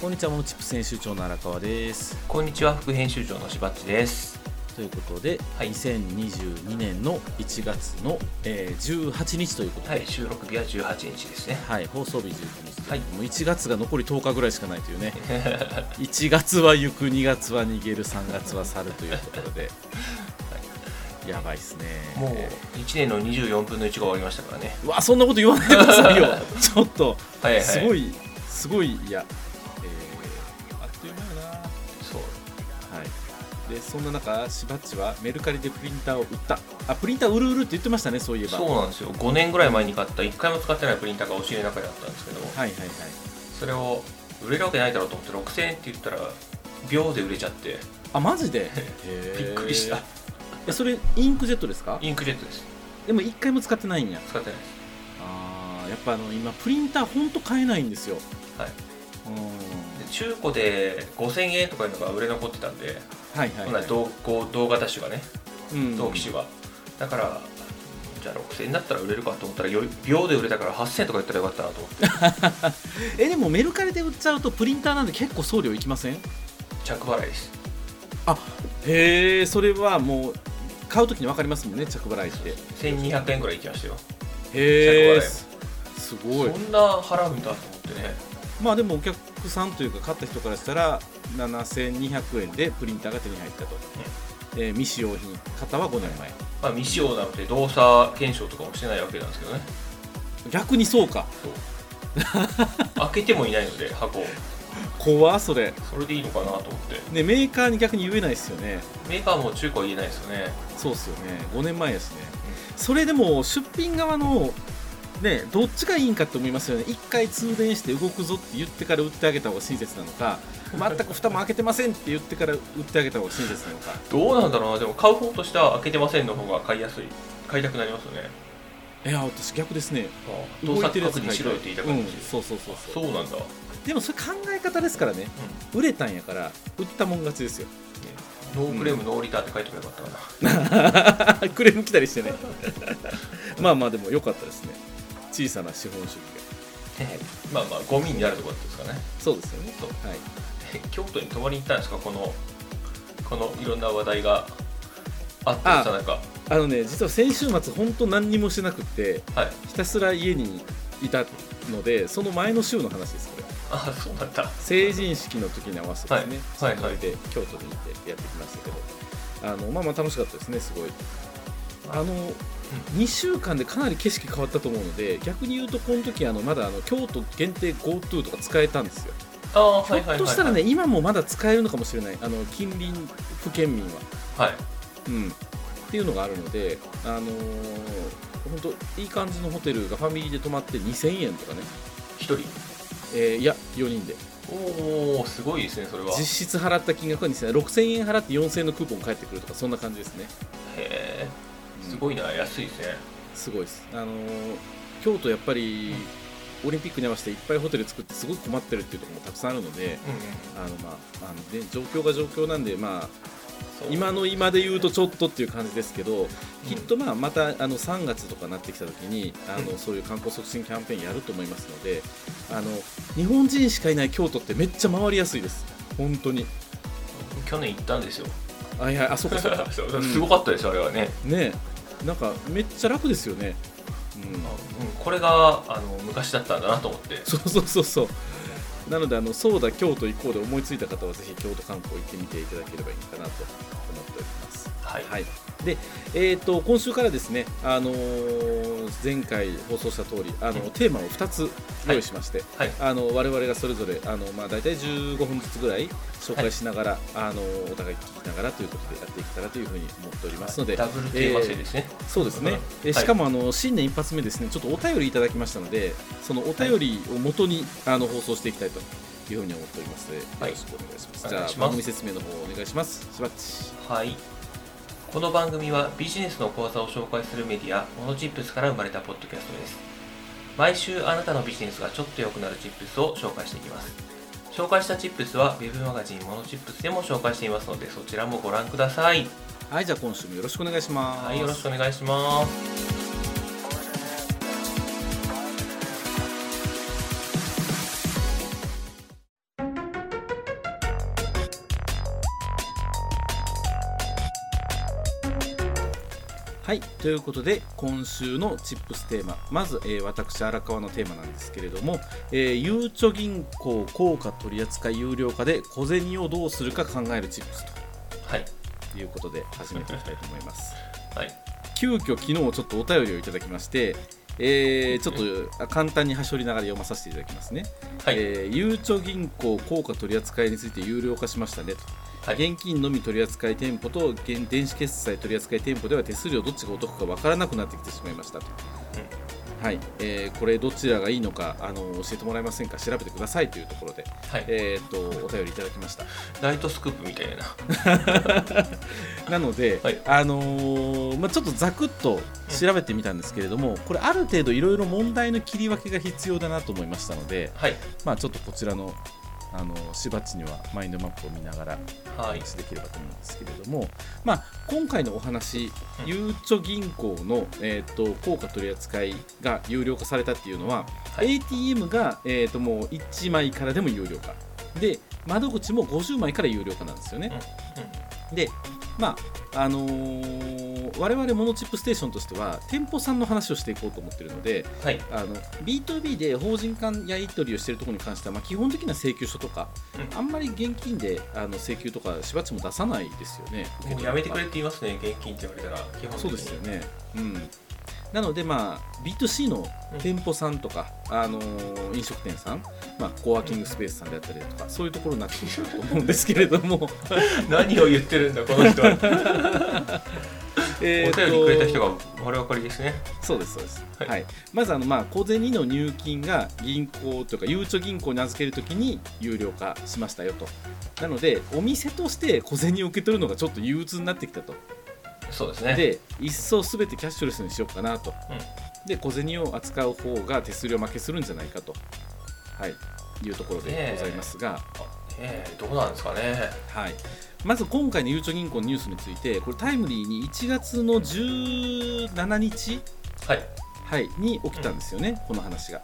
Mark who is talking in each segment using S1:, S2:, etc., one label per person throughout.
S1: こんにちはモノチップス編集長の荒川です
S2: こんにちは副編集長のしばっちです。
S1: ということで、
S2: はい
S1: 2022年の1月の、えー18日ということで、
S2: はい、収録日は18日ですね。
S1: はい放送日19日です
S2: はい
S1: もう1月が残り10日ぐらいしかないという ね1月は行く2月は逃げる3月は去るというところで、やばいですね
S2: もう1年の24分の1が終わりましたからね。
S1: うわそんなこと言わないでくだ さいよちょっと
S2: はいはい。
S1: すごいすごいいや、えーあっという間よな
S2: そう。
S1: はい、でそんな中、しばっちはメルカリでプリンターを売った、あプリンター売る売るって言ってましたね、そういえば。
S2: そう
S1: はい
S2: なんですよ。5年ぐらい前に買った1回も使ってないプリンターが押し入れの中にあったんですけど、
S1: はいはい、
S2: それを売れるわけないだろうと思って6000円って言ったら秒で売れちゃって
S1: あマジで
S2: びっくりした
S1: へ。ーえそれ、インクジェットですか
S2: インクジェットです。
S1: でも一回も使ってないんや。
S2: 使ってないです。
S1: あーやっぱあの今、プリンター、ほんと買えないんですよ。
S2: はい。
S1: うん
S2: で中古で5000円とかいうのが売れ残ってたんで、
S1: はいはい、
S2: ほんなら動画動画機種がね、
S1: うん
S2: 同機種が。だからじゃあ6000円だったら売れるかと思ったらより秒で売れたから8000円とか言ったらよかったなと思って
S1: えでもメルカリで売っちゃうとプリンターなんで結構送料いきません
S2: 着払いです
S1: へえそれはもう買うときに分かりますもんね着払いって
S2: 1200円ぐらいいきましたよ
S1: へえ
S2: 着払い
S1: すす
S2: そ
S1: ごい
S2: んな払うんだと思ってね
S1: まあでもお客さんというか買った人からしたら7200円でプリンターが手に入ったと、えー未使用品型は5年前
S2: まあ未使用なので動作検証とかもしてないわけなんですけどね
S1: 逆にそうか
S2: そう 開けてもいないので箱を
S1: 怖っそれ
S2: それでいいのかなと思って
S1: ねメーカーに逆に言えないですよね
S2: メーカーも中古は言えないですよね
S1: そうっすよね5年前ですねそれでも出品側のねどっちがいいんかって思いますよね1回通電して動くぞって言ってから売ってあげた方が親切なのか全く蓋も開けてませんって言ってから売ってあげた方が親切なのか
S2: どうなんだろうなでも買う方としては開けてませんの方が買いやすい買いたくなりますよね
S1: いや私逆ですね
S2: 動
S1: 動い
S2: 作
S1: てるやつ
S2: 確認しろよって言いたく
S1: う
S2: なる
S1: ん
S2: し、
S1: そうそうそうそう
S2: そうなんだ、うん
S1: でもそれ考え方ですからね売れたんやから売ったもん勝ちですよ
S2: ノークレーム、ノーリターって書いておけばよかったかな。
S1: クレーム来たりしてね まあまあでも良かったですね小さな資本主義が
S2: まあまあ、ゴミになるところですかね。
S1: そうですよね
S2: そう
S1: はい、
S2: え 京都に泊まりに行ったんですか、この、このいろんな話題があった
S1: あ
S2: さなか。
S1: あのね実は先週末本当何にもしてなくって
S2: はい。
S1: ひたすら家にいたのでその前の週の話ですこれ
S2: あ、そうなんだ。
S1: 成人式の時に合わせてですね、
S2: はいはいはい
S1: それで京都に行ってやってきましたけどあのまあまあ楽しかったですねすごいあの、2週間でかなり景色変わったと思うので逆に言うとこの時あのまだあの京都限定 GoTo とか使えたんですよ、
S2: ああ、はいはいはい、はい。
S1: ひょっとしたらね、今もまだ使えるのかもしれないあの近隣府県民は
S2: はい。
S1: うんっていうのがあるのであの本当いい感じのホテルがファミリーで泊まって2000円とかね、
S2: 一人。
S1: えーいや4人で
S2: おお、すごいですね、それは。
S1: 実
S2: へ
S1: 質払った金額は2000円6000円払って4000円のクーポン返ってくるとかそんな感じですね、
S2: え。
S1: うん
S2: すごいな、安いですね。
S1: すごいですあのー京都やっぱりオリンピックに合わせていっぱいホテル作ってすごく困ってるっていうところもたくさんあるので
S2: うん、
S1: あのまああの、ね、状況が状況なんでまあ
S2: そう
S1: 今の今で言うとちょっとっていう感じですけど
S2: ん
S1: きっとまあまたあの3月とかなってきた時にあ
S2: う
S1: のそういう観光促進キャンペーンやると思いますのであの日本人しかいない京都ってめっちゃ回りやすいです本当に
S2: 去年行ったんです よ。
S1: あいやあそうかそうか
S2: そう
S1: うん
S2: すごかったですよ、あれはね。
S1: ねえなんかめっちゃ楽ですよね、うん
S2: あ、うん、これがあの昔だったんだなと思って。
S1: そうそうそうそうなのであのそうだ京都行こうで思いついた方はぜひ京都観光行ってみていただければいいのかなと思っております
S2: はい。
S1: はいでえー、と今週からですね、あのー前回放送した通りあの、
S2: うん
S1: テーマを2つ用意しまして、
S2: はい。
S1: あの我々がそれぞれあの、まあ、大体15分ずつぐらい紹介しながら、あのお互い聞きながらということでやっていけたらというふうに思っておりますので、
S2: ダブルテーマ制ですね。
S1: そうです
S2: う
S1: ね
S2: ん、
S1: え
S2: はい
S1: しかもあの新年一発目ですねちょっとお便りいただきましたのでそのお便りを元に、あの放送していきたいというふうに思っておりますので、
S2: はい
S1: よろしくお願いします、
S2: お
S1: じゃ
S2: 願
S1: あ
S2: いしま
S1: 番
S2: す
S1: 組説明の方お願いしますしばっち
S2: はい。この番組はビジネスの講座を紹介するメディア、モノチップスから生まれたポッドキャストです。毎週あなたのビジネスがちょっと良くなるチップスを紹介していきます。紹介したチップスは Web マガジンモノチップスでも紹介していますので、そちらもご覧ください。
S1: はいじゃあ今週もよろしくお願いします
S2: はい、よろしくお願いします。
S1: はいということで今週のチップステーマまず、えー私荒川のテーマなんですけれども、えーゆうちょ銀行硬貨取扱有料化で小銭をどうするか考えるチップス
S2: はい
S1: ということで始めていきたいと思います
S2: はい
S1: 急遽昨日ちょっとお便りをいただきまして、えーちょっとあ簡単に端折りながら読まさせていただきますね、
S2: はい、
S1: えーゆうちょ銀行硬貨取扱いについて有料化しましたねと
S2: はい
S1: 現金のみ取扱い店舗と現電子決済取扱い店舗では手数料どっちがお得か分からなくなってきてしまいましたと、はいえーこれどちらがいいのかあの教えてもらえませんか調べてくださいというところで、
S2: はい
S1: えー、とお便りいただきました
S2: ナイトスクープみたいな
S1: なので、
S2: はい
S1: あのーまあ、ちょっとざくっと調べてみたんですけれども、これある程度いろいろ問題の切り分けが必要だなと思いましたので、
S2: はい
S1: まあ、ちょっとこちらのあのしばっちにはマインドマップを見ながらお
S2: はい
S1: 話できればと思うんですけれども、まあ、今回のお話、
S2: うん
S1: ゆうちょ銀行の、えー、と硬貨取り扱いが有料化されたっていうのは、
S2: はい
S1: ATM が、えー、ともう1枚からでも有料化で窓口も50枚から有料化なんですよね。でまああのー我々モノチップステーションとしては店舗さんの話をしていこうと思ってるので
S2: うんはい
S1: あの B2B で法人間やり取りをしているところに関しては、まあ、基本的な請求書とか
S2: うん
S1: あんまり現金であの請求とかしばっちも出さないですよね。
S2: もうやめてくれって言いますね現金って言われたら基本的に
S1: そうですよね。うん。なのでまあ B2C の店舗さんとか、あのー飲食店さん、まあコワーキングスペースさんであったりだとか、そういうところになってくるかと思うんですけれども、
S2: 何を言ってるんだこの人は お
S1: え
S2: 便
S1: ー
S2: り
S1: と
S2: くれた人が丸分かりですね
S1: そうですそうです。
S2: は
S1: はいい。まずあのまあ小銭の入金が銀行というかゆうちょ銀行に預けるときに有料化しましたよと。なのでお店として小銭を受け取るのがちょっと憂鬱になってきたと。
S2: そうですね
S1: で一層すべてキャッシュレスにしようかなと、
S2: うん
S1: で小銭を扱う方が手数料負けするんじゃないかと、はい、いうところでございますが、
S2: ええどうなんですかね
S1: はい、まず今回のゆうちょ銀行のニュースについてこれタイムリーに1月の17日、
S2: はい
S1: はい、に起きたんですよね、この話が。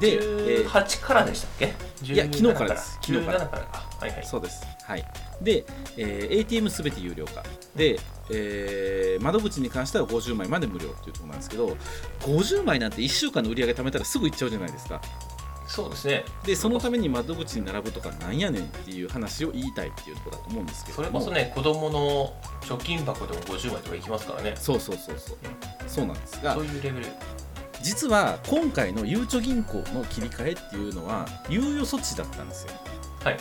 S1: で、えー
S2: 18からでしたっけ
S1: いや昨日からです
S2: 昨
S1: 昨
S2: 日
S1: 日
S2: か
S1: からら
S2: 17からかはいはい
S1: そうです、はい、で、えー ATM すべて有料化で、えー窓口に関しては50枚まで無料というところなんですけど50枚なんて1週間の売り上げ貯めたらすぐ行っちゃうじゃないですか
S2: そうですね
S1: でそのために窓口に並ぶとかなんやねんっていう話を言いたいっていうところだと思うんですけど
S2: そ
S1: も
S2: れこそね子供の貯金箱でも50枚とかいきますからね
S1: そうそうそうそうそうなんですが
S2: そういうレベル
S1: 実は今回のゆうちょ銀行の切り替えっていうのは猶予措置だったんですよ
S2: はい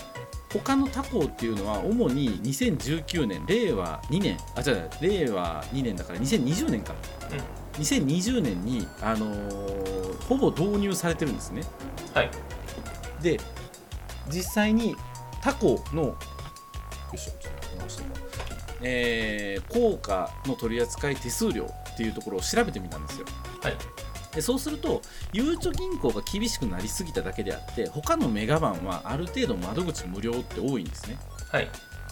S1: 他の他校っていうのは主に2019年令和2年あじゃあ令和2年だから2020年か、2020年に、あのーほぼ導入されてるんですね
S2: はい
S1: で実際に他校のよいしょちょっと直してみようえー効果の取り扱い手数料っていうところを調べてみたんですよ
S2: はい
S1: でそうするとゆうちょ銀行が厳しくなりすぎただけであって他のメガバンはある程度窓口無料って多いんですね
S2: はい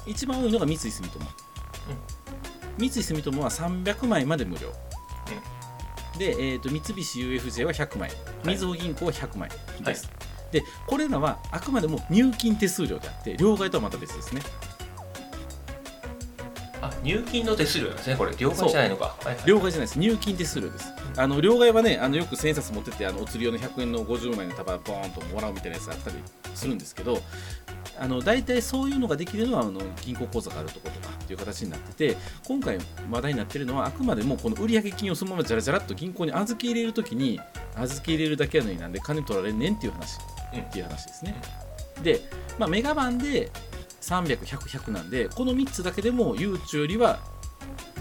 S1: 一番多いのが三井住友、三井住友は300枚まで無料、で、えー、と三菱 UFJ は100枚
S2: はい
S1: みずほ銀行は100枚です、でこれらはあくまでも入金手数料であって両替とはまた別ですね
S2: あ入金の手数料なんですねこれ両替じゃないのかはいはい
S1: 両替じゃないです入金手数料ですあの両替はねあのよく千円札持ってってあのお釣り用の100円の50枚の束ボーンともらうみたいなやつあったりするんですけどあの大体そういうのができるのはあの銀行口座があるところとかっていう形になってて今回話題になってるのはあくまでもこの売上金をそのままじゃらじゃらっと銀行に預け入れるときに預け入れるだけやのになんで金取られんねんっていう話
S2: うん
S1: っていう話ですね。で、まあ、メガバンで300、100、100なんで、この3つだけでも、ゆうちょよりは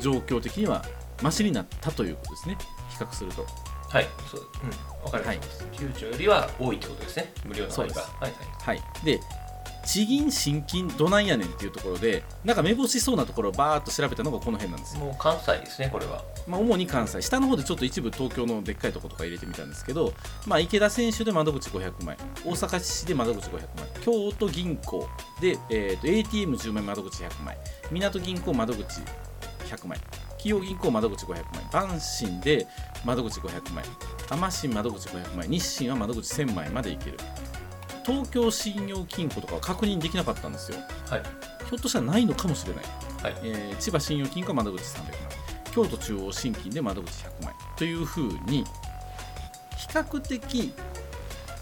S1: 状況的にはマシになったということですね、比較すると。
S2: はいそううんわかります九兆よりは多いってことですね無料の
S1: そう
S2: 割
S1: で
S2: が
S1: す
S2: はいはい
S1: はい、で、地銀、新金、どないやねんっていうところで、なんか目星そうなところをバーっと調べたのがこの辺なんですよ。
S2: もう関西ですねこれは
S1: まあ、主に関西、下の方でちょっと一部東京のでっかいところとか入れてみたんですけど、まあ、池田選手で窓口500枚、大阪市で窓口500枚、京都銀行で、えー、と ATM10 枚窓口100枚、港銀行窓口100枚、企業銀行窓口500枚、阪神で窓口500枚、天神窓口500枚、日清は窓口1000枚までいける。東京信用金庫とかは確認できなかったんですよ。
S2: はい
S1: ひょっとしたらないのかもしれない。
S2: はい
S1: えー千葉信用金庫は窓口300枚京都中央新金で窓口100枚というふうに比較的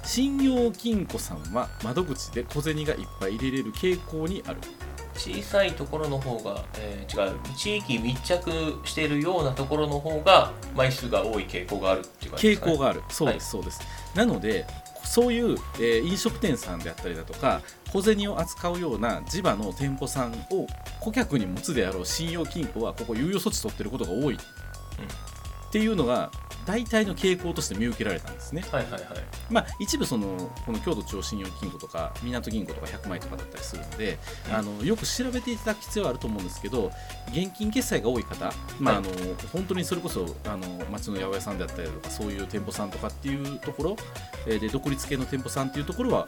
S1: 信用金庫さんは窓口で小銭がいっぱい入れれる傾向にある
S2: 小さいところの方が、えー違う地域密着しているようなところの方が枚数が多い傾向があるっていう感じで
S1: 傾
S2: すか、ね、
S1: 向があるそうですそうです、なのでそういう、えー飲食店さんであったりだとか小銭を扱うような地場の店舗さんを顧客に持つであろう信用金庫はここ猶予措置取ってることが多い、っていうのが大体の傾向として見受けられたんですね
S2: はいはいはい
S1: まあ、一部そのこの京都中央信用金庫とか港銀行とか100枚とかだったりするので、
S2: うん
S1: あのよく調べていただく必要はあると思うんですけど現金決済が多い方、まあ、
S2: は
S1: あ
S2: い
S1: の本当にそれこそあの町の八百屋さんであったりとかそういう店舗さんとかっていうところえーで独立系の店舗さんっていうところは、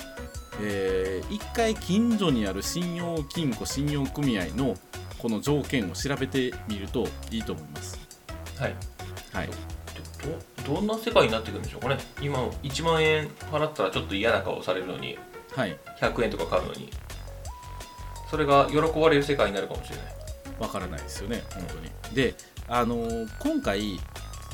S1: え1回近所にある信用金庫信用組合のこの条件を調べてみるといいと思います。
S2: はい
S1: はい
S2: どどどんな世界になってくるんでしょうかね今1万円払ったらちょっと嫌な顔されるのに
S1: はい
S2: 100円とか買うのにそれが喜ばれる世界になるかもしれない
S1: わからないですよね、本当に。で、あのー今回、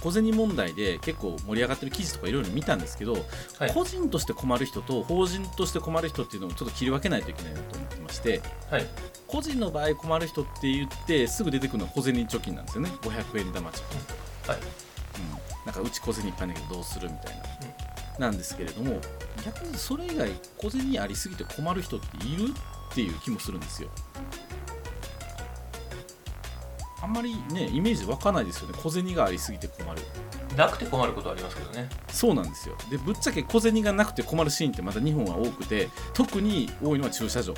S1: 小銭問題で結構盛り上がってる記事とかいろいろ見たんですけど、
S2: はい
S1: 個人として困る人と法人として困る人っていうのをちょっと切り分けないといけないなと思ってまして、
S2: はい
S1: 個人の場合困る人って言ってすぐ出てくるのは小銭貯金なんですよね、500円玉貯金。
S2: はい
S1: うん、なんかうち小銭いっぱいだけどどうするみたいな、なんですけれども逆にそれ以外小銭ありすぎて困る人っているっていう気もするんですよあんまりねイメージ湧かないですよね小銭がありすぎて困る
S2: なくて困ることはありますけどね
S1: そうなんですよでぶっちゃけ小銭がなくて困るシーンってまた日本は多くて特に多いのは駐車場、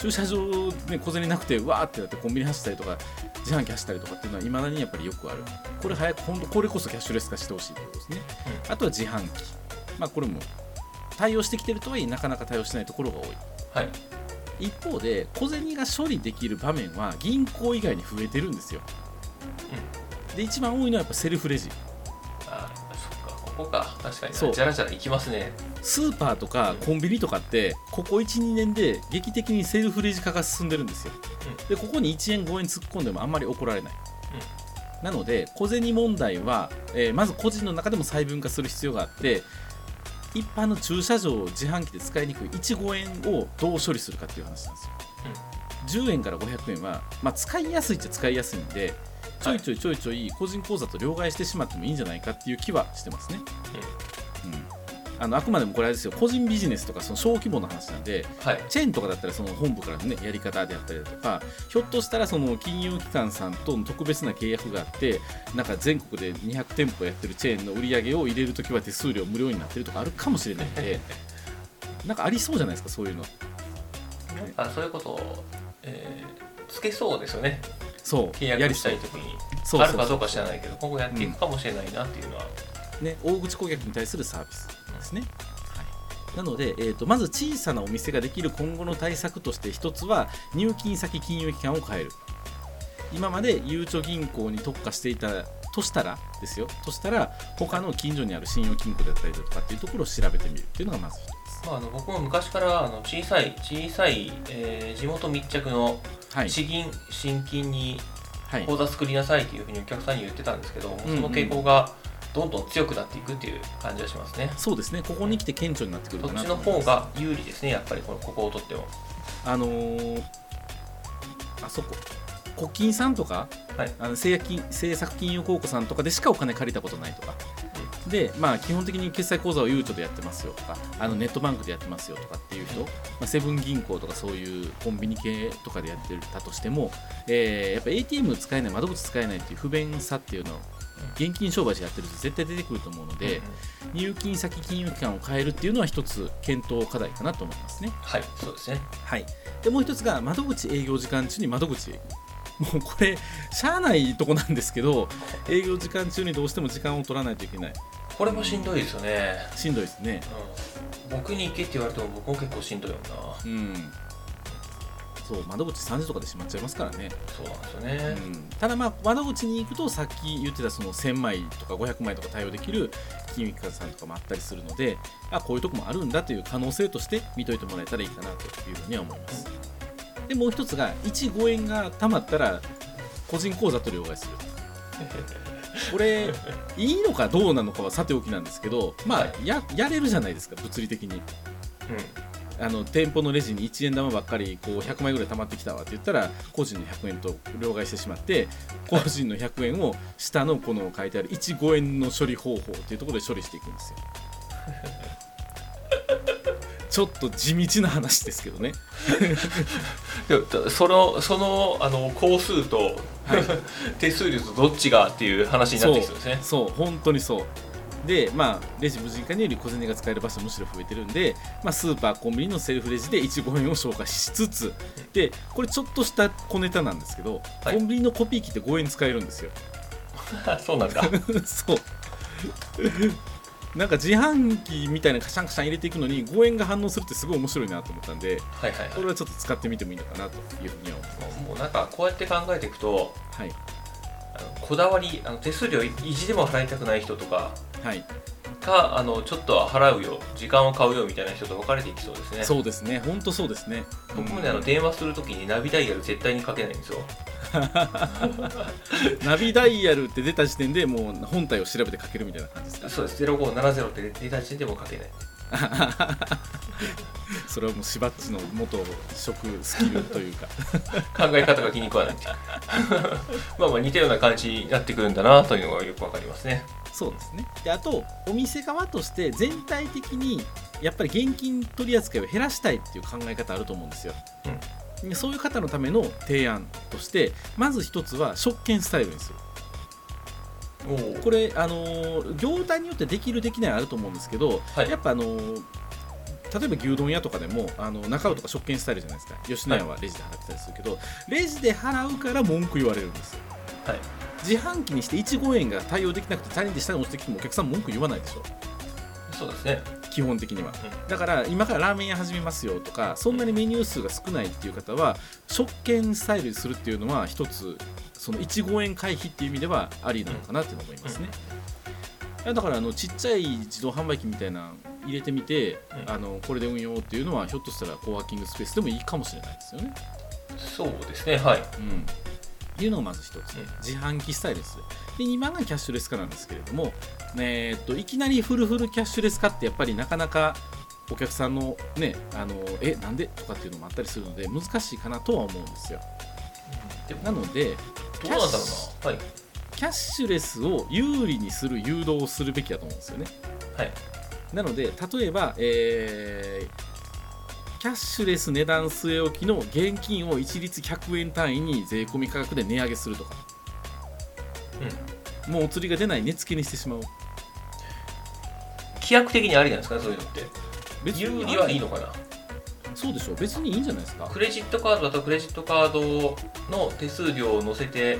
S1: 駐車場で小銭なくてうわーってなってコンビニ走ったりとか自販機走ったりとかっていうのはいまだにやっぱりよくあるこれ早く本当これこそキャッシュレス化してほしいってことですね、あとは自販機まあこれも対応してきてるとはいえなかなか対応してないところが多い
S2: はい
S1: 一方で小銭が処理できる場面は銀行以外に増えてるんですよ、で一番多いのはやっぱセルフレジ
S2: あそっかここか確かに
S1: そう
S2: じゃらじゃらいきますね
S1: スーパーとかコンビニとかってここ12年で劇的にセルフレジ化が進んでるんですよ、でここに1円5円突っ込んでもあんまり怒られない、なので小銭問題は、えーまず個人の中でも細分化する必要があって一般の駐車場を自販機で使いにくい15円をどう処理するかっていう話なんですよ、10円から500円は、まあ、使いやすいっちゃ使いやすいんでちょいちょいちょいちょい個人口座と両替してしまってもいいんじゃないかっていう気はしてますね、うん、あのあくまでもこれあれですよ個人ビジネスとかその小規模の話なんで
S2: はい
S1: チェーンとかだったらその本部からの、ね、やり方であったりだとかひょっとしたらその金融機関さんとの特別な契約があってなんか全国で200店舗やってるチェーンの売り上げを入れるときは手数料無料になってるとかあるかもしれないんでなんかありそうじゃないですかそういうの
S2: あそういうことを、えーつけそうですよね
S1: そう
S2: 契
S1: や
S2: 約
S1: り
S2: し
S1: そ
S2: た
S1: う
S2: い時に
S1: そう
S2: あ
S1: そ
S2: る
S1: う
S2: か
S1: そ
S2: ど
S1: う
S2: うか知らないけど今後やっていくかもしれないなっていうのは、
S1: ね、大口顧客に対するサービスですね。なので、えー、とまず小さなお店ができる今後の対策として一つは入金先金融機関を変える今までゆうちょ銀行に特化していたとしたらですよとしたら他の近所にある信用金庫だったりだとかっていうところを調べてみるっていうのがまず一
S2: まあ、あの僕も昔からあの小さい小さい、えー地元密着の
S1: つはい、
S2: 資金、新金に
S1: はい
S2: 口座作りなさいっていうふうにお客さんに言ってたんですけど、もう
S1: うんうん
S2: その傾向がどんどん強くなっていくっていう感じがしますね。
S1: そうですねここに来て顕著になってくる
S2: ど
S1: か
S2: っ
S1: な
S2: ち
S1: と
S2: の
S1: 思います
S2: 方が有利ですね、やっぱりこのここを取っても。
S1: あのーあそこ国金さんとか、
S2: はい
S1: あの政金政策金融公庫さんとかでしかお金借りたことないとか、で、まあ、基本的に決済口座をゆうちょでやってますよとかあのネットバンクでやってますよとかっていう人、まあ、セブン銀行とかそういうコンビニ系とかでやってたとしても、えーやっぱ ATM 使えない窓口使えないっていう不便さっていうのを現金商売でやってると絶対出てくると思うので、
S2: うんうん
S1: 入金先金融機関を変えるっていうのは一つ検討課題かなと思いますね。
S2: はい、そうですね。
S1: はい、でもう一つが窓口営業時間中に窓口 へもうこれしゃあないとこなんですけど営業時間中にどうしても時間を取らないといけない
S2: これもしんどいですよね。
S1: しんどいですね
S2: うん、僕に行けって言われても僕も結構しんどいよな。
S1: うんそう窓口3時とかで閉まっちゃいますからね、
S2: そうなんですよ
S1: う
S2: ね。
S1: ん、ただまあ窓口に行くとさっき言ってたその1000枚とか500枚とか対応できる金融機関さんとかもあったりするのであこういうとこもあるんだという可能性として見といてもらえたらいいかなというふうには思いますでもう一つが15円が貯まったら個人口座と両替するこれいいのかどうなのかはさておきなんですけどま
S2: は
S1: あややれるじゃないですか物理的に
S2: う
S1: あの店舗のレジに1円玉ばっかりこう100枚ぐらい溜まってきたわって言ったら個人の100円と両替してしまって個人の100円を下のこの書いてある15円の処理方法っていうところで処理していくん ですよちょっと地道な話ですけどね
S2: んでも、そのそのあの工数と、
S1: はい
S2: 手数料とどっちがっていう話になってきそうです ね。
S1: そう本当にそうでまあレジ無人化により小銭が使える場所むしろ増えてるんで、まあ、スーパーコンビニのセルフレジで15円を消化しつつでこれちょっとした小ネタなんですけど、
S2: はい
S1: コンビニのコピー機って5円使えるんですよ
S2: そうなんだ。
S1: そうなんか自販機みたいなカシャンカシャン入れていくのに5円が反応するってすごい面白いなと思ったんで
S2: はいはい
S1: これはちょっと使ってみてもいいのかなというふうには思います
S2: はい。もうなんかこうやって考えていくと、
S1: はい
S2: あのこだわりあの手数料意地でも払いたくない人とか。
S1: はい
S2: かあのちょっとは払うよ時間を買うよみたいな人と分かれていきそうですね
S1: そうですね本当そうですね
S2: 僕もねあの電話するときにナビダイヤル絶対にかけないんですよ
S1: ナビダイヤルって出た時点でもう本体を調べてかけるみたいな感じですか
S2: そうです0570って出た時点でもうかけない
S1: それはもうしばっちの元職スキルというか
S2: 考え方が気に食わない っていうまあまあ似たような感じになってくるんだなというのがよく分かりますね
S1: そうですねであとお店側として全体的にやっぱり現金取り扱いを減らしたいっていう考え方あると思うんですよ、でそういう方のための提案としてまず一つは食券スタイルにする
S2: おお
S1: これあのー業態によってできるできないあると思うんですけど、
S2: はい
S1: やっぱあのー例えば牛丼屋とかでもあの中尾とか食券スタイルじゃないですか吉野家はレジで払ってたりするけど、レジで払うから文句言われるんですよ、
S2: はい
S1: 自販機にして15円が対応できなくて他人で下に落ちてきてもお客さん文句言わないでしょ
S2: そうですね
S1: 基本的には
S2: うん
S1: だから今からラーメン屋始めますよとかそんなにメニュー数が少ないっていう方は食券スタイルにするっていうのは一つその15円回避っていう意味ではありなのかなって思いますね、だからあのちっちゃい自動販売機みたいなの入れてみて、
S2: うん
S1: あのこれで運用っていうのはひょっとしたらコワーキングスペースでもいいかもしれないですよね、
S2: そうですねはい
S1: うん、っていうのがまず一つ、
S2: うん
S1: 自販機スタイルですで2番がキャッシュレス化なんですけれども、えーっといきなりフルフルキャッシュレス化ってやっぱりなかなかお客さんのねあのえなんでとかっていうのもあったりするので難しいかなとは思うんですよ
S2: でも
S1: なので
S2: どうなんだろうなはい
S1: キャッシュレスを有利にする誘導をするべきだと思うんですよね
S2: はい
S1: なので例えば、えーキャッシュレス値段据え置きの現金を一律100円単位に税込み価格で値上げするとかもうお釣りが出ない値付けにしてしまおう
S2: 規約的にありなんですかねそういうのって
S1: 別
S2: 有利はいいのかな
S1: そうでしょ別にいいんじゃないですか
S2: クレジットカードだとクレジットカードの手数料を乗せて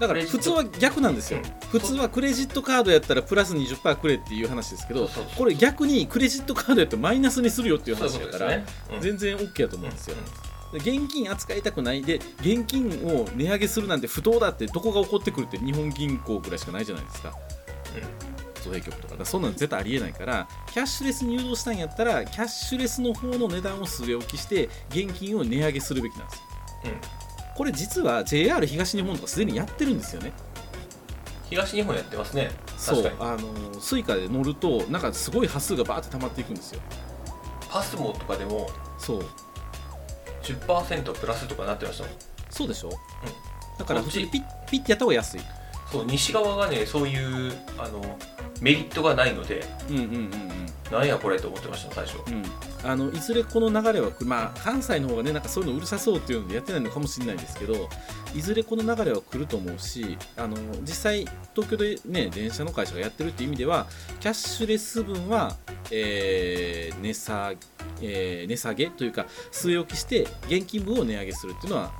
S1: だから
S2: クレジット
S1: 普通は逆なんですよ、
S2: うん
S1: 普通はクレジットカードやったらプラス20%くれっていう話ですけど
S2: そうそうそう
S1: これ逆にクレジットカードやったらマイナスにするよっていう
S2: そういう
S1: 話
S2: こ
S1: だ
S2: とで
S1: か
S2: す
S1: ら
S2: ねうん
S1: 全然 OK だと思うんですよで現金扱いたくないで現金を値上げするなんて不当だってどこが起こってくるって日本銀行ぐらいしかないじゃないですか造幣局とかだからそんなの絶対ありえないからキャッシュレスに誘導したんやったらキャッシュレスの方の値段を据え置きして現金を値上げするべきなんですよ
S2: うんうん
S1: これ実は JR 東日本とかすでにやってるんですよね
S2: 東日本やってますね
S1: そ
S2: 確か
S1: う
S2: に
S1: あのスイカで乗るとなんかすごい端数がバーって溜まっていくんですよ
S2: パスモとかでも
S1: そう
S2: 10%プラスとかなってましたもん
S1: そうでしょ、だから
S2: こ
S1: 普
S2: っ
S1: 通
S2: ち
S1: にピッピッてやった方が安い
S2: そう西側がねそういうあのメリットがないので
S1: うんうんうん
S2: なんやこれと思ってました最初
S1: うんうんあのいずれこの流れは来るまあ関西の方がねなんかそういうのうるさそうっていうのでやってないのかもしれないんですけどいずれこの流れは来ると思うしあの実際東京でね電車の会社がやってるっていう意味ではキャッシュレス分は、えー値下えー値下げというか据え置きして現金分を値上げするっていうのは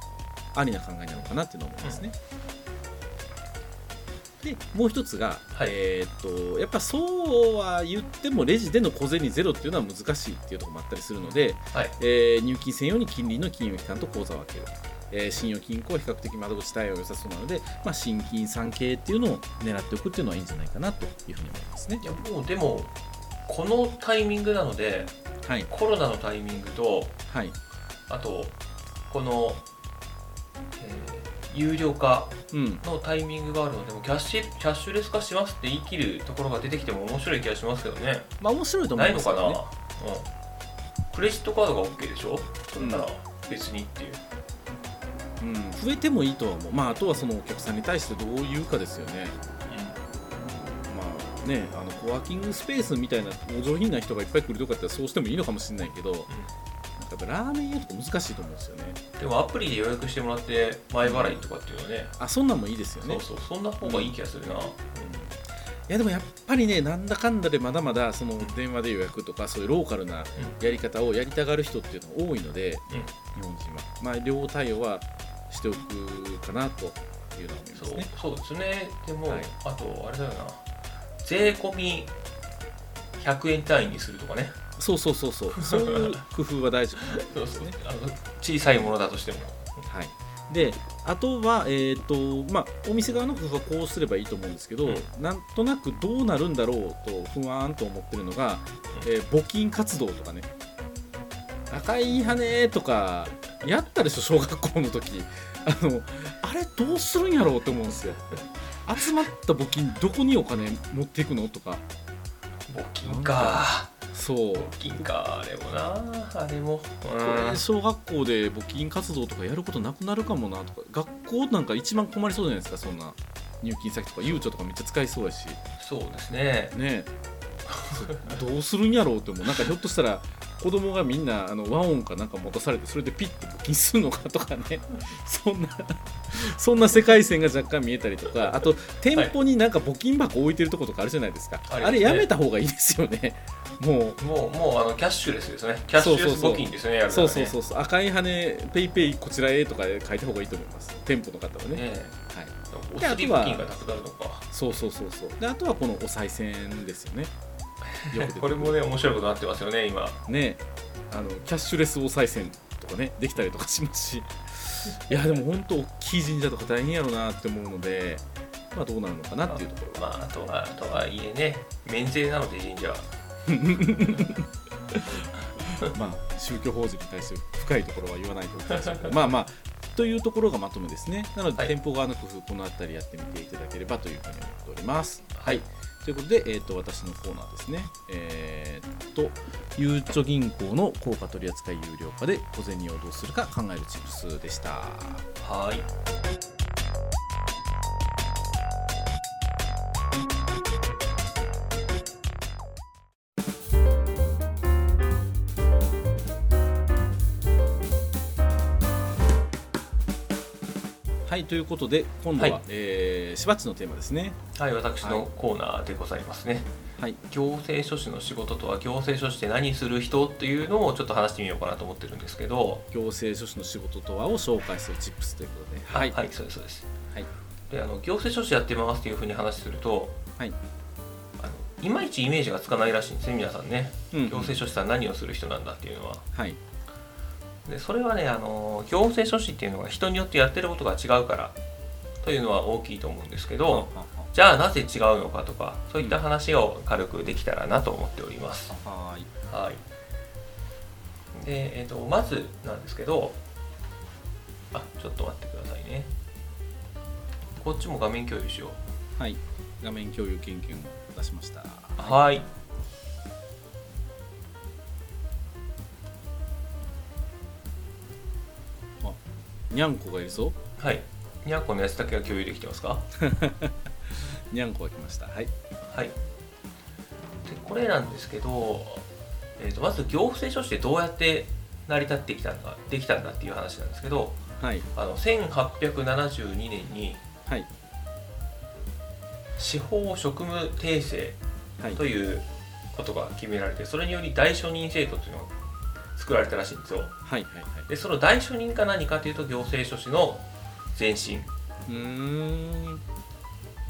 S1: ありな考えなのかなっていうのは思いますね。でもう一つが、
S2: はい
S1: えーっとやっぱそうは言ってもレジでの小銭ゼロっていうのは難しいっていうところもあったりするので、
S2: はい
S1: えー入金専用に近隣の金融機関と口座を開ける、えー信用金庫は比較的窓口対応が良さそうなので、まあ、新金産系っていうのを狙っておくっていうのはいいんじゃないかなというふうに思いますね
S2: い。やもうでもこのタイミングなので
S1: はい、
S2: コロナのタイミングと
S1: はい、
S2: あとこの、え有料化
S1: うん
S2: のタイミングがあるのでもうキャッシュキャッシュレス化しますって言い切るところが出てきても面白い気がしますけどね
S1: まあ面白いと思
S2: ないい
S1: ま
S2: の
S1: す
S2: か
S1: けど
S2: な、うん
S1: ね、
S2: クレジットカードが OK でしょそんなら別にっていう、
S1: うん、増えてもいいとは思うまああとはそのお客さんに対してどう言うかですよねまあね、あのコワーキングスペースみたいなお上品な人がいっぱい来るとかってそうしてもいいのかもしれないけど、なんかやっぱラーメン屋とか難しいと思うんですよね
S2: でもアプリで予約してもらって前払いとかっていうのはね、
S1: あそんなんもいいですよね
S2: そうそうそんな方がいい気がするな、
S1: いやでもやっぱりねなんだかんだでまだまだその電話で予約とかそういうローカルなやり方をやりたがる人っていうのは多いので、日本人はまあ両対応はしておくかなというのは思いま
S2: そ
S1: す
S2: う
S1: ね
S2: そうですねでも、
S1: はい
S2: あとあれだよな税込み100円単位にするとかね
S1: そうそうそうそうそういう工夫は大事かな
S2: そうそうあの小さいものだとしても
S1: はい、であとは、えーとまあ、お店側の工夫はこうすればいいと思うんですけど、
S2: うん
S1: なんとなくどうなるんだろうと不安と思ってるのが、えー募金活動とかね赤い羽とかやったでしょ小学校の時あのあれどうするんやろうって思うんですよ集まった募金どこにお金持っていくのとか
S2: 募金か
S1: そう
S2: 募金かあれもなあれもうん
S1: これ小学校で募金活動とかやることなくなるかもなとか学校なんか一番困りそうじゃないですかそんな入金先とかゆうちょとかめっちゃ使いそうやし
S2: そうですね
S1: ねえどうするんやろうって思うなんかひょっとしたら子供がみんなあの和音かなんか持たされてそれでピッて募金するのかとかねそんなそんな世界線が若干見えたりとかあと店舗になんか募金箱置いてるとことかあるじゃないですか、
S2: ありますね
S1: あれやめた方がいいですよねもう
S2: もうもうあのキャッシュレスですねキャッシュレス募金ですよねやる
S1: そうそうそううそう赤い羽ペイペイこちらへとかで書いた方がいいと思います店舗の方はね
S2: ね
S1: はい、
S2: お
S1: であとは
S2: 釣り募金がなくなるのか
S1: そうそうそうそうであとはこのお賽銭です よねよく出てくる
S2: これもね面白いことになってますよね今
S1: ねあのキャッシュレスお賽銭とかねできたりとかします しいやでも本当大きい神社とか大変やろうなって思うのでまあどうなるのかなっていうところ
S2: まああとはとはいえね免税なので神社は
S1: まあ、宗教法人に対する深いところは言わないと思いますけ どまあまあというところがまとめですねなので、
S2: はい
S1: 店舗側の工夫この辺りやってみていただければというふうに思っております
S2: はい
S1: ということで、えー、と私のコーナーですねえーっとゆうちょ銀行の硬貨取扱有料化で小銭をどうするか考えるチップスでした
S2: はい
S1: はいということで今度は、
S2: はい
S1: えーしばっちのテーマですね
S2: はい、私のコーナーでございますね。
S1: はい
S2: 行政書士の仕事とは行政書士って何する人っていうのをちょっと話してみようかなと思ってるんですけど、
S1: 行政書士の仕事とはを紹介するチップスということではい
S2: はい、そうですそうです。
S1: はい
S2: で、あの行政書士やってますっていうふうに話すると、
S1: はい
S2: あのいまいちイメージがつかないらしいんですね、皆さんね。
S1: うん
S2: 行政書士さん何をする人なんだっていうのは。
S1: はい
S2: で、それはね、あの行政書士っていうのが人によってやってることが違うからというのは大きいと思うんですけど。
S1: は
S2: じゃあなぜ違うのかとかそういった話を軽くできたらなと思っております。
S1: ははーい
S2: はい、で、えー、とまずなんですけどあちょっと待ってくださいねこっちも画面共有しよ
S1: はい、画面共有研究も出しました。
S2: うはい
S1: にゃんこがいるぞ。
S2: はいにゃんこのやつだけが共有できてますか
S1: にゃんこが来ました。はい。
S2: はいでこれなんですけど、えー、とまず行政書士ってどうやって成り立ってきたんだできたんだっていう話なんですけど
S1: はい。
S2: あの1872年に
S1: はい。
S2: 司法職務訂正
S1: はい
S2: と。いうことが決められてそれにより大書任制度というのが作られたらしいんですよ
S1: はい。はい。はい。
S2: でその大書任か何かというと行政書士の前身
S1: うーん。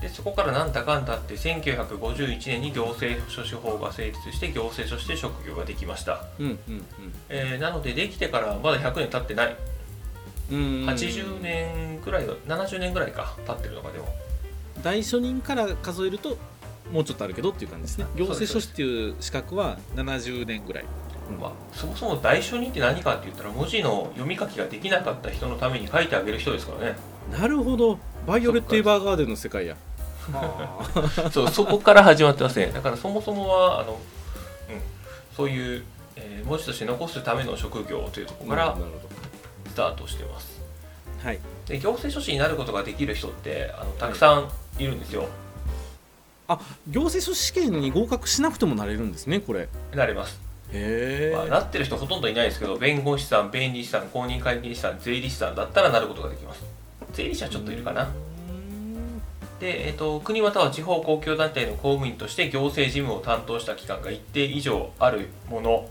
S2: でそこからなんだかんだって1951年に行政書士法が成立して行政書士で職業ができました、
S1: うん。うん。
S2: えーなのでできてからまだ100年経ってない
S1: うん。うーん
S2: 80。年ぐらいが70年ぐらいか経ってるのかでも
S1: 大書人から数えると。もうちょっとあるけどっていう感じですね。行政書士っていう資格は70年ぐらい。
S2: まあ、そもそも大書人って何かって言ったら文字の読み書きができなかった人のために書いてあげる人ですからね
S1: なるほどバイオレット・エヴァーガーデンの世界や
S3: あ
S2: そうそこから始まってますねだからそもそもはあの、うん、そういう、えー文字として残すための職業というところか
S1: な
S2: ら
S1: るほど
S2: スタートしてます
S1: はい
S2: で行政書士になることができる人ってあのたくさんいるんですよ、
S1: あ行政書士試験に合格しなくてもなれるんですねこれへ
S2: なれます、
S1: え、
S2: まあ、なってる人ほとんどいないですけど弁護士さん弁理士さん公認会計士さん税理士さんだったらなることができます税理士はちょっといるかな、
S1: うん
S2: で、えー、と国または地方公共団体の公務員として行政事務を担当した期間が一定以上あるもの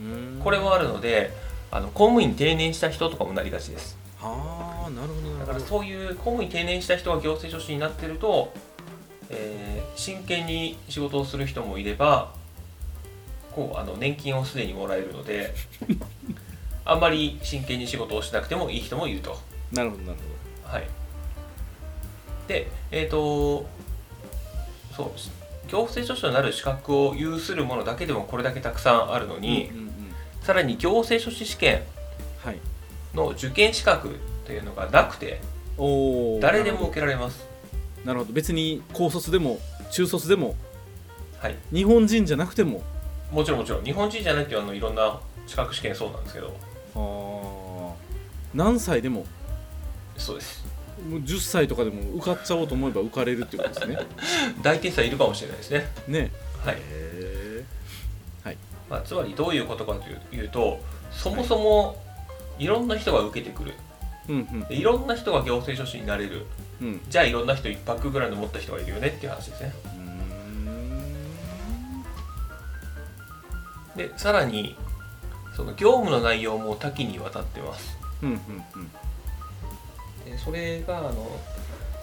S1: うん
S2: これもあるのであの公務員定年した人とかもなりがちです
S1: ああなるほどなる
S2: だか
S1: ほ
S2: ら
S1: ど
S2: そういう公務員定年した人が行政書士になってると、えー真剣に仕事をする人もいればこうあの年金をすでにもらえるの であんまり真剣に仕事をしなくてもいい人もいると
S1: なるほどなるほ
S2: はい、でえっ、とそうし行政書士となる資格を有するものだけでもこれだけたくさんあるの
S1: ど
S2: に、
S1: うんうんうん
S2: さらに行政書士試験
S1: はい
S2: の受験資格というのがなくて
S1: おお
S2: 誰でも受けられます
S1: なるほど別に高卒でも中卒でも
S2: はい
S1: 日本人じゃなくても
S2: もちろんもちろん日本人じゃなくてあのいろんな資格試験そうなんですけど
S1: あー何歳でも
S2: そうです
S1: もう10歳とかでも受かっちゃおうと思えば受かれるっていうことです ね
S2: 大天才いるかもしれないですね
S1: ね
S2: はい、
S1: へ
S2: まあ、つまりどういうことかといういうとそもそもいろんな人が受けてくる
S1: えうん
S2: でいろんな人が行政書士になれる
S1: うんうん
S2: じゃあいろんな人一泊ぐらいの持った人がいるよねっていう話ですね
S1: うーん
S2: でさらにその業務の内容も多岐にわたってます
S1: うんうんうん
S2: でそれがあの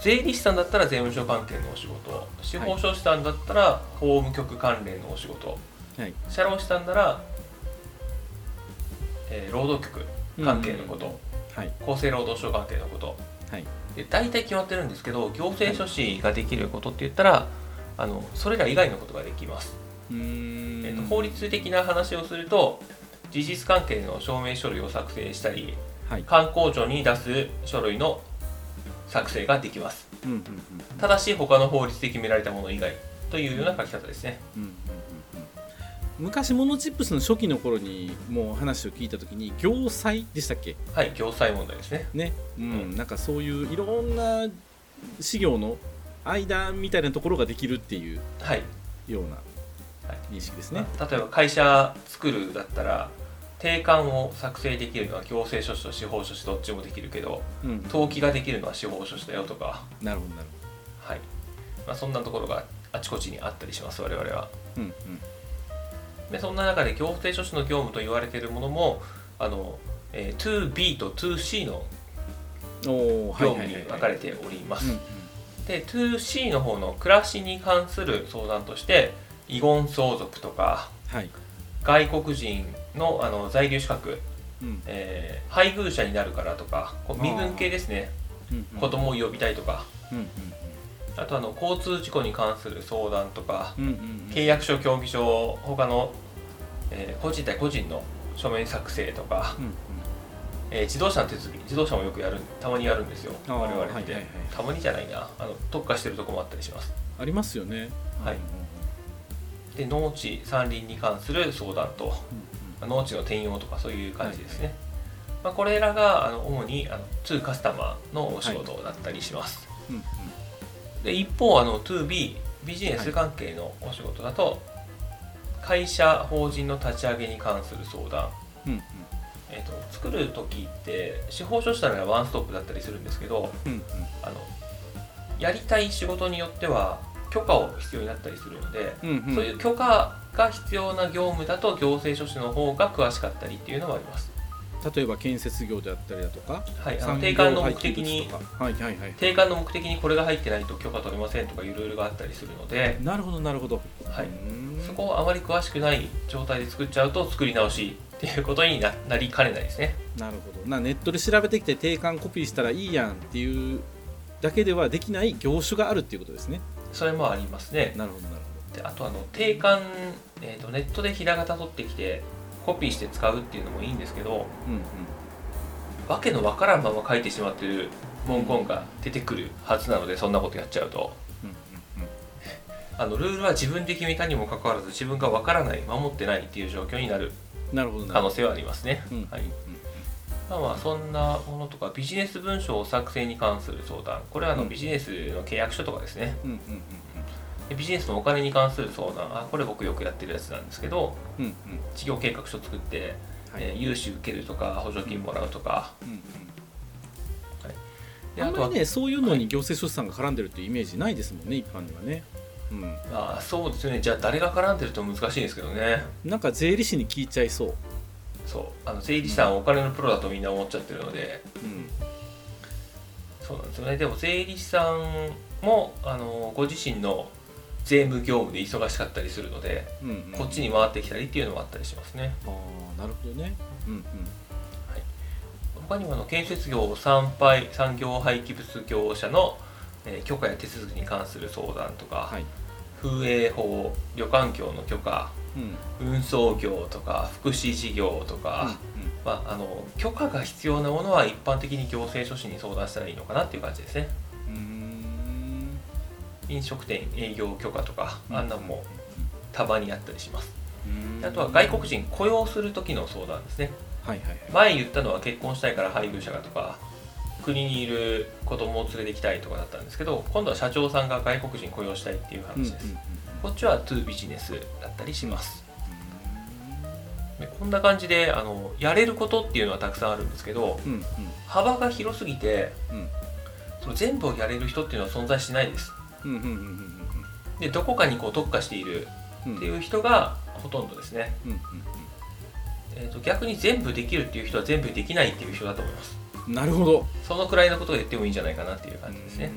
S2: 税理士さんだったら税務署関係のお仕事司法書士さんだったら法務局関連のお仕事、
S1: はい
S2: 社労士さんなら、えー労働局関係のこと、
S1: はい
S2: 厚生労働省関係のこと、
S1: はい
S2: で大体決まってるんですけど行政書士ができることって言ったら、あのそれら以外のことができます
S1: うーん
S2: えー、と法律的な話をすると事実関係の証明書類を作成したり
S1: はい
S2: 官公庁に出す書類の作成ができます
S1: うんうんうん
S2: ただし他の法律で決められたもの以外というような書き方ですね
S1: うんうんうんうん昔モノチップスの初期の頃にもう話を聞いた時に業祭でしたっけ
S2: はい行債問題ですね
S1: ね、うん
S2: うん
S1: なんかそういういろんな事業の間みたいなところができるっていう
S2: はい
S1: ような
S2: はい
S1: 認識ですね。
S2: 例えば会社作るだったら定款を作成できるのは行政書士と司法書士どっちもできるけど
S1: うん、
S2: 登記ができるのは司法書士だよとか
S1: なるほどなる
S2: はい、まあ、そんなところがあちこちにあったりします我々は
S1: ほど。うんうん
S2: でそんな中で行政書士の業務と言われているものもあの、えー、2B と 2C の
S1: おおはいは
S2: 業務
S1: い
S2: に
S1: はい
S2: 分
S1: はい
S2: かれております、
S1: うんうん
S2: で 2C の方の暮らしに関する相談として遺言相続とか
S1: はい
S2: 外国人のあの在留資格、
S1: うん
S2: えー配偶者になるからとかこう身分系ですね
S1: うんうん
S2: 子供を呼びたいとか
S1: うんうん
S2: あとあの交通事故に関する相談とか
S1: うんうん
S2: 契約書協議書他の、えー個人対個人の書面作成とか
S1: うんうん
S2: えー自動車の手続き自動車もよくやるたまにやるんですよ
S1: あー
S2: 我々って、
S1: はいはいはい
S2: たまにじゃないなあの特化してるとこもあったりします
S1: ありますよね。
S2: はい
S1: うんうんうん
S2: で農地山林に関する相談とまあ農地の転用とかそういう感じですね、まあ、これらがあの主にあの to カスタマーのお仕事だったりします、
S1: うんうん
S2: で一方あの 2B ビジネス関係のお仕事だと、会社法人の立ち上げに関する相談
S1: うんうん
S2: えー、と作る時って司法書士ならワンストップだったりするんですけど、
S1: うんうん
S2: あのやりたい仕事によっては許可を必要になったりするので、
S1: うんうん
S2: そういう許可が必要な業務だと行政書士の方が詳しかったりっていうのはあります。
S1: 例えば建設業であったりだとか、
S2: はい、あの
S1: 産業
S2: 定款の目
S1: 廃
S2: 的
S1: 棄物
S2: に
S1: とかはいはいはい。
S2: 定款の目的にこれが入ってないと許可取れませんとかいうルールがあったりするので、
S1: なるほどなるほど。、
S2: はいう
S1: ーん
S2: そこをあまり詳しくない状態で作っちゃうと作り直しっていうことにななりかねないですね。
S1: なるほどなネットで調べてきて定款コピーしたらいいやんっていうだけではできない業種があるっていうことですね
S2: それもありますね。
S1: なるほどなる
S2: であとあの定款、えーとネットでひらがた取ってきてコピーして使うっていうのもいいんですけど、
S1: ほどうんうん
S2: わけのわからんまま書いてしまってる文言が出てくるはずなのでそんなことやっちゃうと
S1: うんうんうん
S2: あのルールは自分で決めたにもかかわらず自分がわからない守ってないっていう状況になる
S1: なるほどな
S2: 可
S1: るほ
S2: 能性はありますね、
S1: ど、うん
S2: は
S1: う
S2: い
S1: ん、
S2: まあまあそんなものとかビジネス文書を作成に関する相談これはあの
S1: うん
S2: ビジネスの契約書とかですね
S1: うんうん
S2: でビジネスのお金に関する相談あこれ僕よくやってるやつなんですけど
S1: うんうんうんうん
S2: 事業計画書作って、
S1: はい
S2: えー融資受けるとか補助金もらうとか
S1: うんうん
S2: で
S1: あ
S2: あ
S1: ん
S2: と
S1: ま
S2: は
S1: りねそういうのに行政書士さんが絡んでるっていうイメージないですもんね一般にはね、うん、
S2: まあそうですよねじゃあ誰が絡んでると難しいんですけどね
S1: なんか税理士に聞いちゃいそう、
S2: そうあの税理士さんはお金のプロだとみんな思っちゃってるので
S1: うん、
S2: そうなんですよねでも税理士さんもあのご自身の税務業務で忙しかったりするので
S1: うんうん
S2: こっちに回ってきたりっていうのもあったりしますね
S1: ああなるほどねうんうん
S2: 他にもあの建設業産廃産業廃棄物業者の、えー許可や手続きに関する相談とか、
S1: はい
S2: 風営法旅館業の許可
S1: うんうん
S2: 運送業とか福祉事業とか、まあ、あの許可が必要なものは一般的に行政書士に相談したらいいのかなっていう感じですね
S1: うんうーん
S2: 飲食店営業許可とか
S1: うん
S2: あんなんもたまにあったりします
S1: うん
S2: あとは外国人雇用する時の相談ですね
S1: はいはいはい
S2: 前言ったのは結婚したいから配偶者がとか国にいる子供を連れてきたいとかだったんですけど今度は社長さんが外国人雇用したいっていう
S1: うんうん
S2: 話
S1: うん
S2: です、こっちはトゥービジネスだったりしますでこんな感じであのやれることっていうのはたくさんあるんですけど
S1: うんうん
S2: 幅が広すぎて
S1: うん
S2: その全部をやれる人っていうのは存在しないです
S1: うんうんうんうん
S2: でどこかにこう特化している
S1: うんうん
S2: っていう人がほとんどですね、
S1: うんうん
S2: えー、と逆に全部できるっていう人は全部できないっていう人だと思います
S1: うんなるほど
S2: そのくらいのことを言ってもいいんじゃないかなっていう感じですね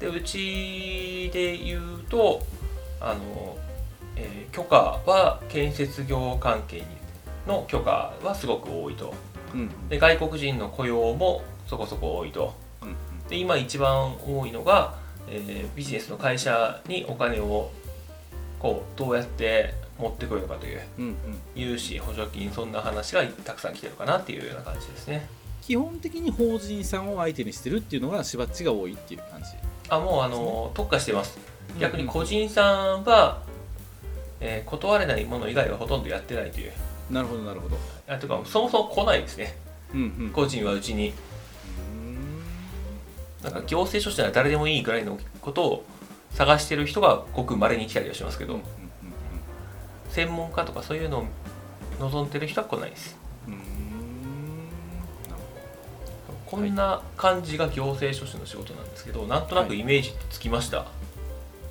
S1: うーん
S2: でうちで言うとあの、えー許可は建設業関係の許可はすごく多いと
S1: うんうん
S2: で外国人の雇用もそこそこ多いと
S1: うんうん
S2: で今一番多いのが、えービジネスの会社にお金をこうどうやって持ってこようかという
S1: うんうん
S2: 融資補助金そんな話がたくさん来てるかなっていうような感じですね
S1: 基本的に法人さんを相手にしてるっていうのがしばっちが多いっていう感じ
S2: あもうあの特化してます逆に個人さんは、えー断れないもの以外はほとんどやってないという
S1: なるほどなるほど
S2: あというかそもそも来ないですね
S1: うんうん
S2: 個人はうちになんか行政書士なら誰でもいいぐらいのことを探してる人がごくまれに来たりはしますけ
S1: うん
S2: ど、
S1: うん
S2: 専門家とかそういうのを望んでる人は来ないです
S1: うんうんうんなるほ
S2: こんな感じが行政書士の仕事なんですけどなんとなくイメージつきました、
S1: ど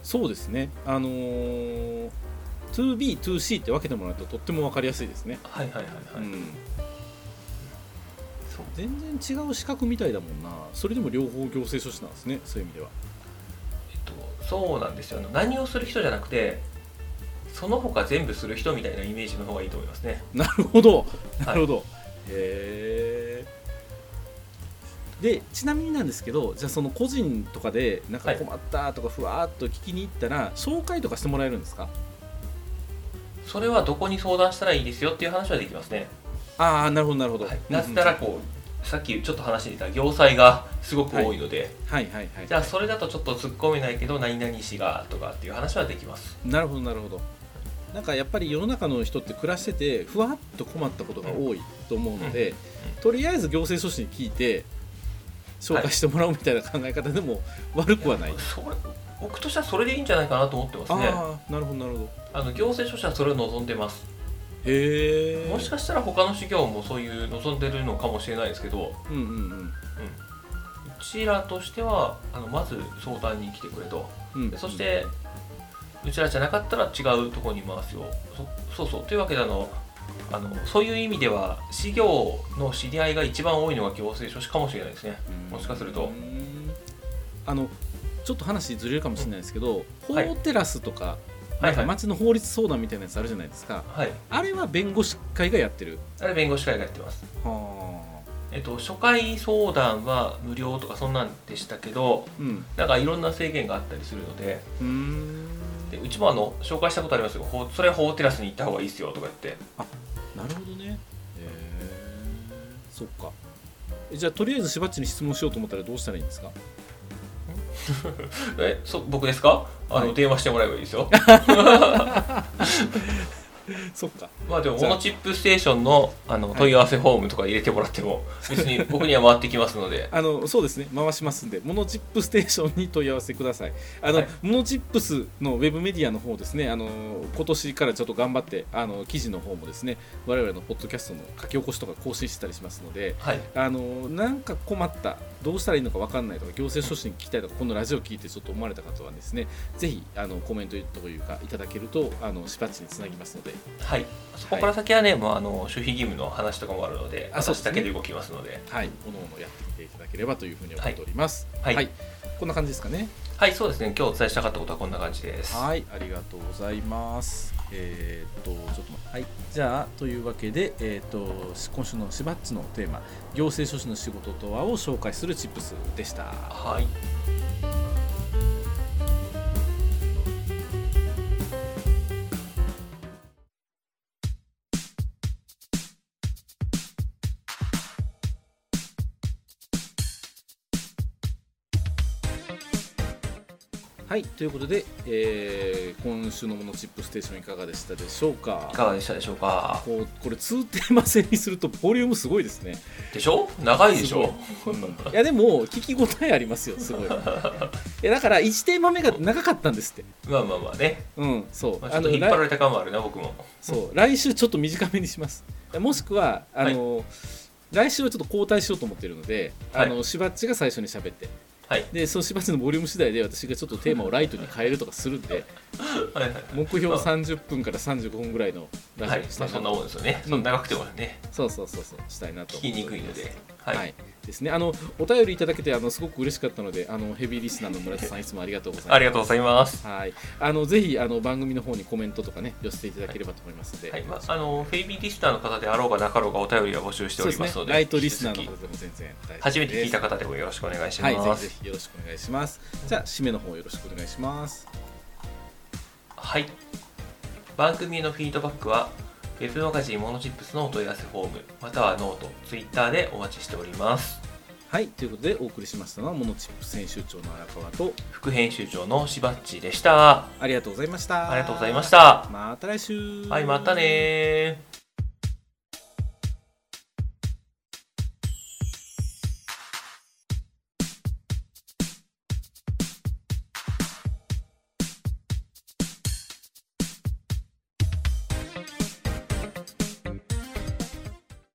S1: そうですねあのー 2B2C って分けてもらうととっても分かりやすいですね、
S2: はい、はいはいはい、
S1: うん
S2: そう
S1: 全然違う資格みたいだもんなそれでも両方行政書士なんですねそういう意味では
S2: えっと、そうなんですよあの何をする人じゃなくてその他全部する人みたいなイメージの方がいいと思いますね
S1: なるほど
S2: い
S1: なるほど、へえでちなみになんですけどじゃあその個人とかでなんか
S2: はい
S1: 困ったとかふわーっと聞きに行ったら、紹介とかしてもらえるんですか
S2: それはどこに相談したらいいですよっていう話はできますね、
S1: ああなるほどなるほど、
S2: はい、
S1: うんう
S2: なんぜならこうさっきちょっと話していた行祭がすごく多いので、
S1: はいはいはい
S2: じゃあそれだとちょっと突っ込めないけど何々しがとかっていう話はできます
S1: なるほどなるほどなんかやっぱり世の中の人って暮らしててふわっと困ったことが多いと思うので、とりあえず行政書士に聞いて紹介してもらおうみたいな考え方でも悪くはない、
S2: それ僕としてはそれでいいんじゃないかなと思ってますね
S1: ああなるほどなるほど
S2: あの行政書士はそれを望んでます
S1: へえ
S2: もしかしたら他の修行もそういう望んでるのかもしれないですけど
S1: うんうん
S2: うちらとしてはあのまず相談に来てくれと
S1: うんうん
S2: でそしてうちらじゃなかったら違うところに回すよそそうそうというわけであのあのそういう意味では事業の知り合いが一番多いのが行政書士かもしれないですねもしかすると
S1: うんあのちょっと話ずれるかもしれないですけど、
S2: はい
S1: 法テラスとか,、
S2: は
S1: ないん
S2: は
S1: か
S2: い、
S1: 町の法律相談みたいなやつあるじゃないですか
S2: はい、
S1: あれは弁護士会がやってる
S2: あれ弁護士会がやってます
S1: はあ
S2: えっと初回相談は無料とかそんなんでしたけど
S1: うん
S2: なんかいろんな制限があったりするので
S1: うーん
S2: でうちもあの紹介したことありますよほうそれは法テラスに行った方がいいですよとか言って
S1: なるほどねへえそっかえじゃあとりあえずしばっちに質問しようと思ったらどうしたらいいんですか
S2: えそ僕ですかあの、
S1: はい
S2: 電話してもらえばいいですよ
S1: そっか
S2: まあでもモノチップステーションのあの問い合わせフォームとか入れてもらっても 別に僕には回ってきますので
S1: あのそうですね回しますんでモノチップステーションに問い合わせくださいあの、
S2: はい
S1: モノチップスのウェブメディアの方ですねあの今年からちょっと頑張ってあの記事の方もですね我々のポッドキャストの書き起こしとか更新してたりしますので
S2: はい
S1: あのなんか困ったどうしたらいいのか分かんないとか行政書士に聞きたいとかこのラジオ聞いてちょっと思われた方はですねぜひあのコメントというかいただけるとあのしばっちにつなぎますので
S2: はいそこから先はね、もうあの守秘義務の話とかもあるので
S1: あそうです
S2: 私
S1: ね
S2: だけで動きますので
S1: はいおのおのやってみていただければというふうに思っております
S2: はいはい
S1: こんな感じですかね
S2: はいそうですね今日お伝えしたかったことはこんな感じです
S1: はい、ありがとうございます。えーっと、ちょっと待って、はい、じゃあ、というわけで、えーっと、し今週のしばっちのテーマ。行政書士の仕事とはを紹介するチップスでした。
S2: はい
S1: はい、ということで、えー今週のものチップステーションいかがでしたでしょうか。
S2: いかがでしたでしょうか
S1: こう、これツーテーマ制にすると、ボリュームすごいですね。
S2: でしょ長いでしょ
S1: すごいうんいや、でも、聞き応えありますよ、す ごい。いや、だから、一テーマ目が長かったんですって。
S2: まあまあまあね、
S1: うん、そう、
S2: まあ、ちょっと引っ張られた感もあるな僕も
S1: そう来週ちょっと短めにしますもしくはあの、来週はちょっと交代しようと思ってるので、
S2: はい
S1: あのしばっちが最初に喋って
S2: はい
S1: でそのしばっちのボリューム次第で私がちょっとテーマをライトに変えるとかするんで
S2: はいはい
S1: 目標30分から35分ぐらいのラ
S2: は
S1: ジオ
S2: い
S1: にし
S2: ま
S1: た
S2: あ
S1: いなと、
S2: そんなもんですよね、
S1: うん
S2: そんな長くてもね
S1: そうそうそうそうしたいなと
S2: 聞
S1: 思
S2: き
S1: って
S2: に
S1: お
S2: くい
S1: り
S2: の
S1: ます
S2: では、
S1: はいい、ですねあのお便りいただけてあのすごく嬉しかったのであのヘビーリスナーの村田さんいつもありがとうございます
S2: ありがとうございます
S1: はいあのぜひあの番組の方にコメントとかね寄せていただければと思いますので、
S2: はいまあ、あのフェイビーリスナーの方であろうがなかろうがお便りは募集して
S1: そうで
S2: おり
S1: す
S2: ま
S1: ね
S2: すので
S1: ライトリスナーの
S2: 引き
S1: 方で
S2: 続
S1: も全然大丈夫です
S2: き初めて聞いた方でもよろしくお願いしま
S1: は
S2: す、
S1: い、
S2: はい
S1: ぜひぜひよろしくお願いします。じゃあ、締めの方よろしくお願いします。
S2: 番組へのフィードバックはウェブマガジンモノチップスのお問い合わせフォームまたはノートツイッターでお待ちしております
S1: はい、ということでお送りしましたのは、モノチップ編集長の荒川と、
S2: 副編集長のしばっちでした
S1: ありがとうございました。
S2: ありがとうございまし。た
S1: また来週。
S2: はいまたねー